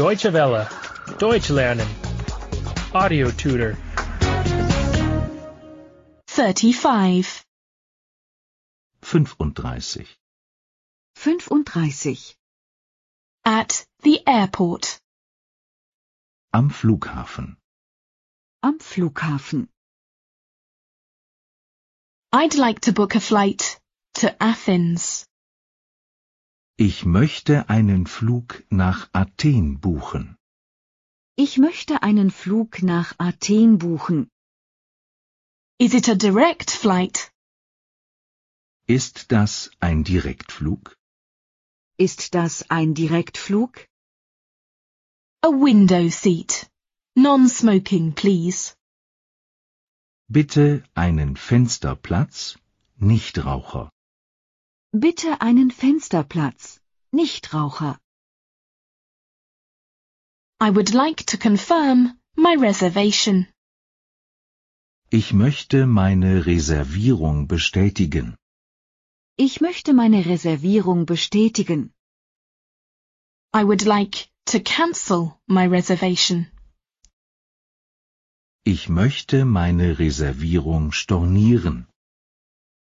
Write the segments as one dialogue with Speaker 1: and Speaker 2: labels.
Speaker 1: Deutsche Welle. Deutsch lernen. Audio tutor.
Speaker 2: 35.
Speaker 3: 35.
Speaker 4: 35.
Speaker 2: At the airport.
Speaker 3: Am Flughafen.
Speaker 4: Am Flughafen.
Speaker 2: I'd like to book a flight to Athens.
Speaker 3: Ich möchte einen Flug nach Athen buchen.
Speaker 4: Ich möchte einen Flug nach Athen buchen.
Speaker 2: Is it a direct flight?
Speaker 3: Ist das ein Direktflug?
Speaker 4: Ist das ein Direktflug?
Speaker 2: A window seat. Non-smoking, please.
Speaker 3: Bitte einen Fensterplatz, Nichtraucher.
Speaker 4: Bitte einen Fensterplatz. Nichtraucher.
Speaker 2: I would like to confirm my reservation.
Speaker 3: Ich möchte meine Reservierung bestätigen.
Speaker 4: Ich möchte meine Reservierung bestätigen.
Speaker 2: I would like to cancel my reservation.
Speaker 3: Ich möchte meine Reservierung stornieren.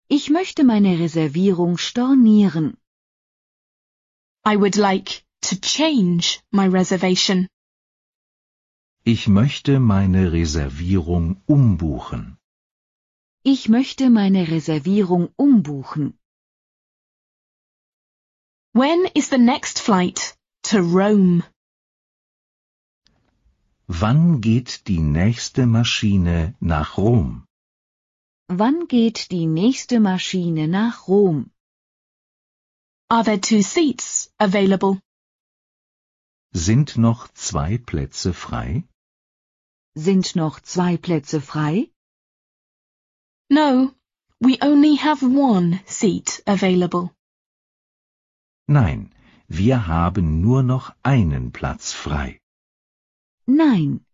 Speaker 4: Ich möchte meine Reservierung stornieren.
Speaker 2: I would like to change my reservation.
Speaker 3: Ich möchte meine Reservierung umbuchen.
Speaker 4: Ich möchte meine Reservierung umbuchen.
Speaker 2: When is the next flight to Rome?
Speaker 3: Wann geht die nächste Maschine nach Rom?
Speaker 4: Wann geht die nächste Maschine nach Rom?
Speaker 2: Are there two seats available?
Speaker 3: Sind noch zwei Plätze frei?
Speaker 4: Sind noch zwei Plätze frei?
Speaker 2: No, we only have one seat available.
Speaker 3: Nein, wir haben nur noch einen Platz frei.
Speaker 4: Nein.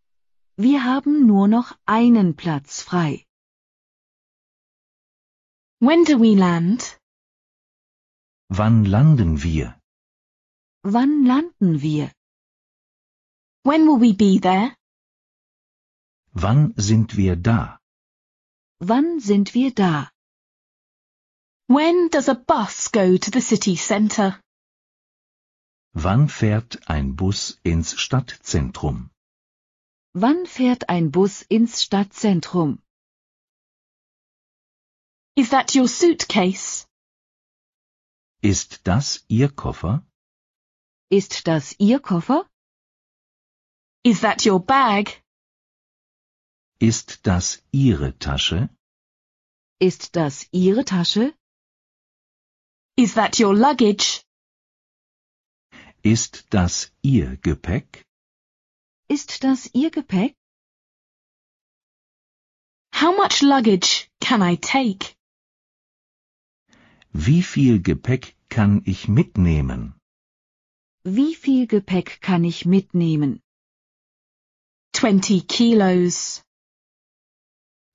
Speaker 4: Wir haben nur noch einen Platz frei.
Speaker 2: When do we land?
Speaker 3: Wann landen wir?
Speaker 4: Wann landen wir?
Speaker 2: When will we be there?
Speaker 3: Wann sind wir da?
Speaker 4: Wann sind wir da?
Speaker 2: When does a bus go to the city centre?
Speaker 3: Wann fährt ein Bus ins Stadtzentrum?
Speaker 4: Wann fährt ein Bus ins Stadtzentrum?
Speaker 2: Is that your suitcase?
Speaker 3: Ist das Ihr Koffer?
Speaker 4: Ist das Ihr Koffer?
Speaker 2: Is that your bag?
Speaker 3: Ist das Ihre Tasche?
Speaker 4: Ist das Ihre Tasche?
Speaker 2: Is that your luggage?
Speaker 3: Ist das Ihr Gepäck?
Speaker 4: Ist das Ihr Gepäck?
Speaker 2: How much luggage can I take?
Speaker 3: Wie viel Gepäck kann ich mitnehmen?
Speaker 4: Wie viel Gepäck kann ich mitnehmen?
Speaker 2: 20 kilos.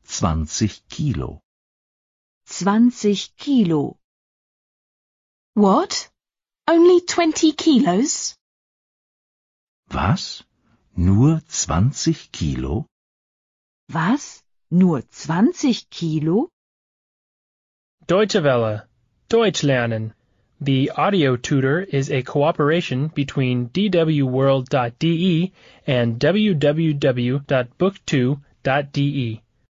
Speaker 3: 20 Kilo.
Speaker 4: 20 Kilo.
Speaker 2: What? Only 20 kilos?
Speaker 3: Was? Nur 20 Kilo?
Speaker 4: Was? Nur 20 Kilo?
Speaker 1: Deutsche Welle. Deutsch lernen. The audio tutor is a cooperation between E dwworld.de and www.book2.de.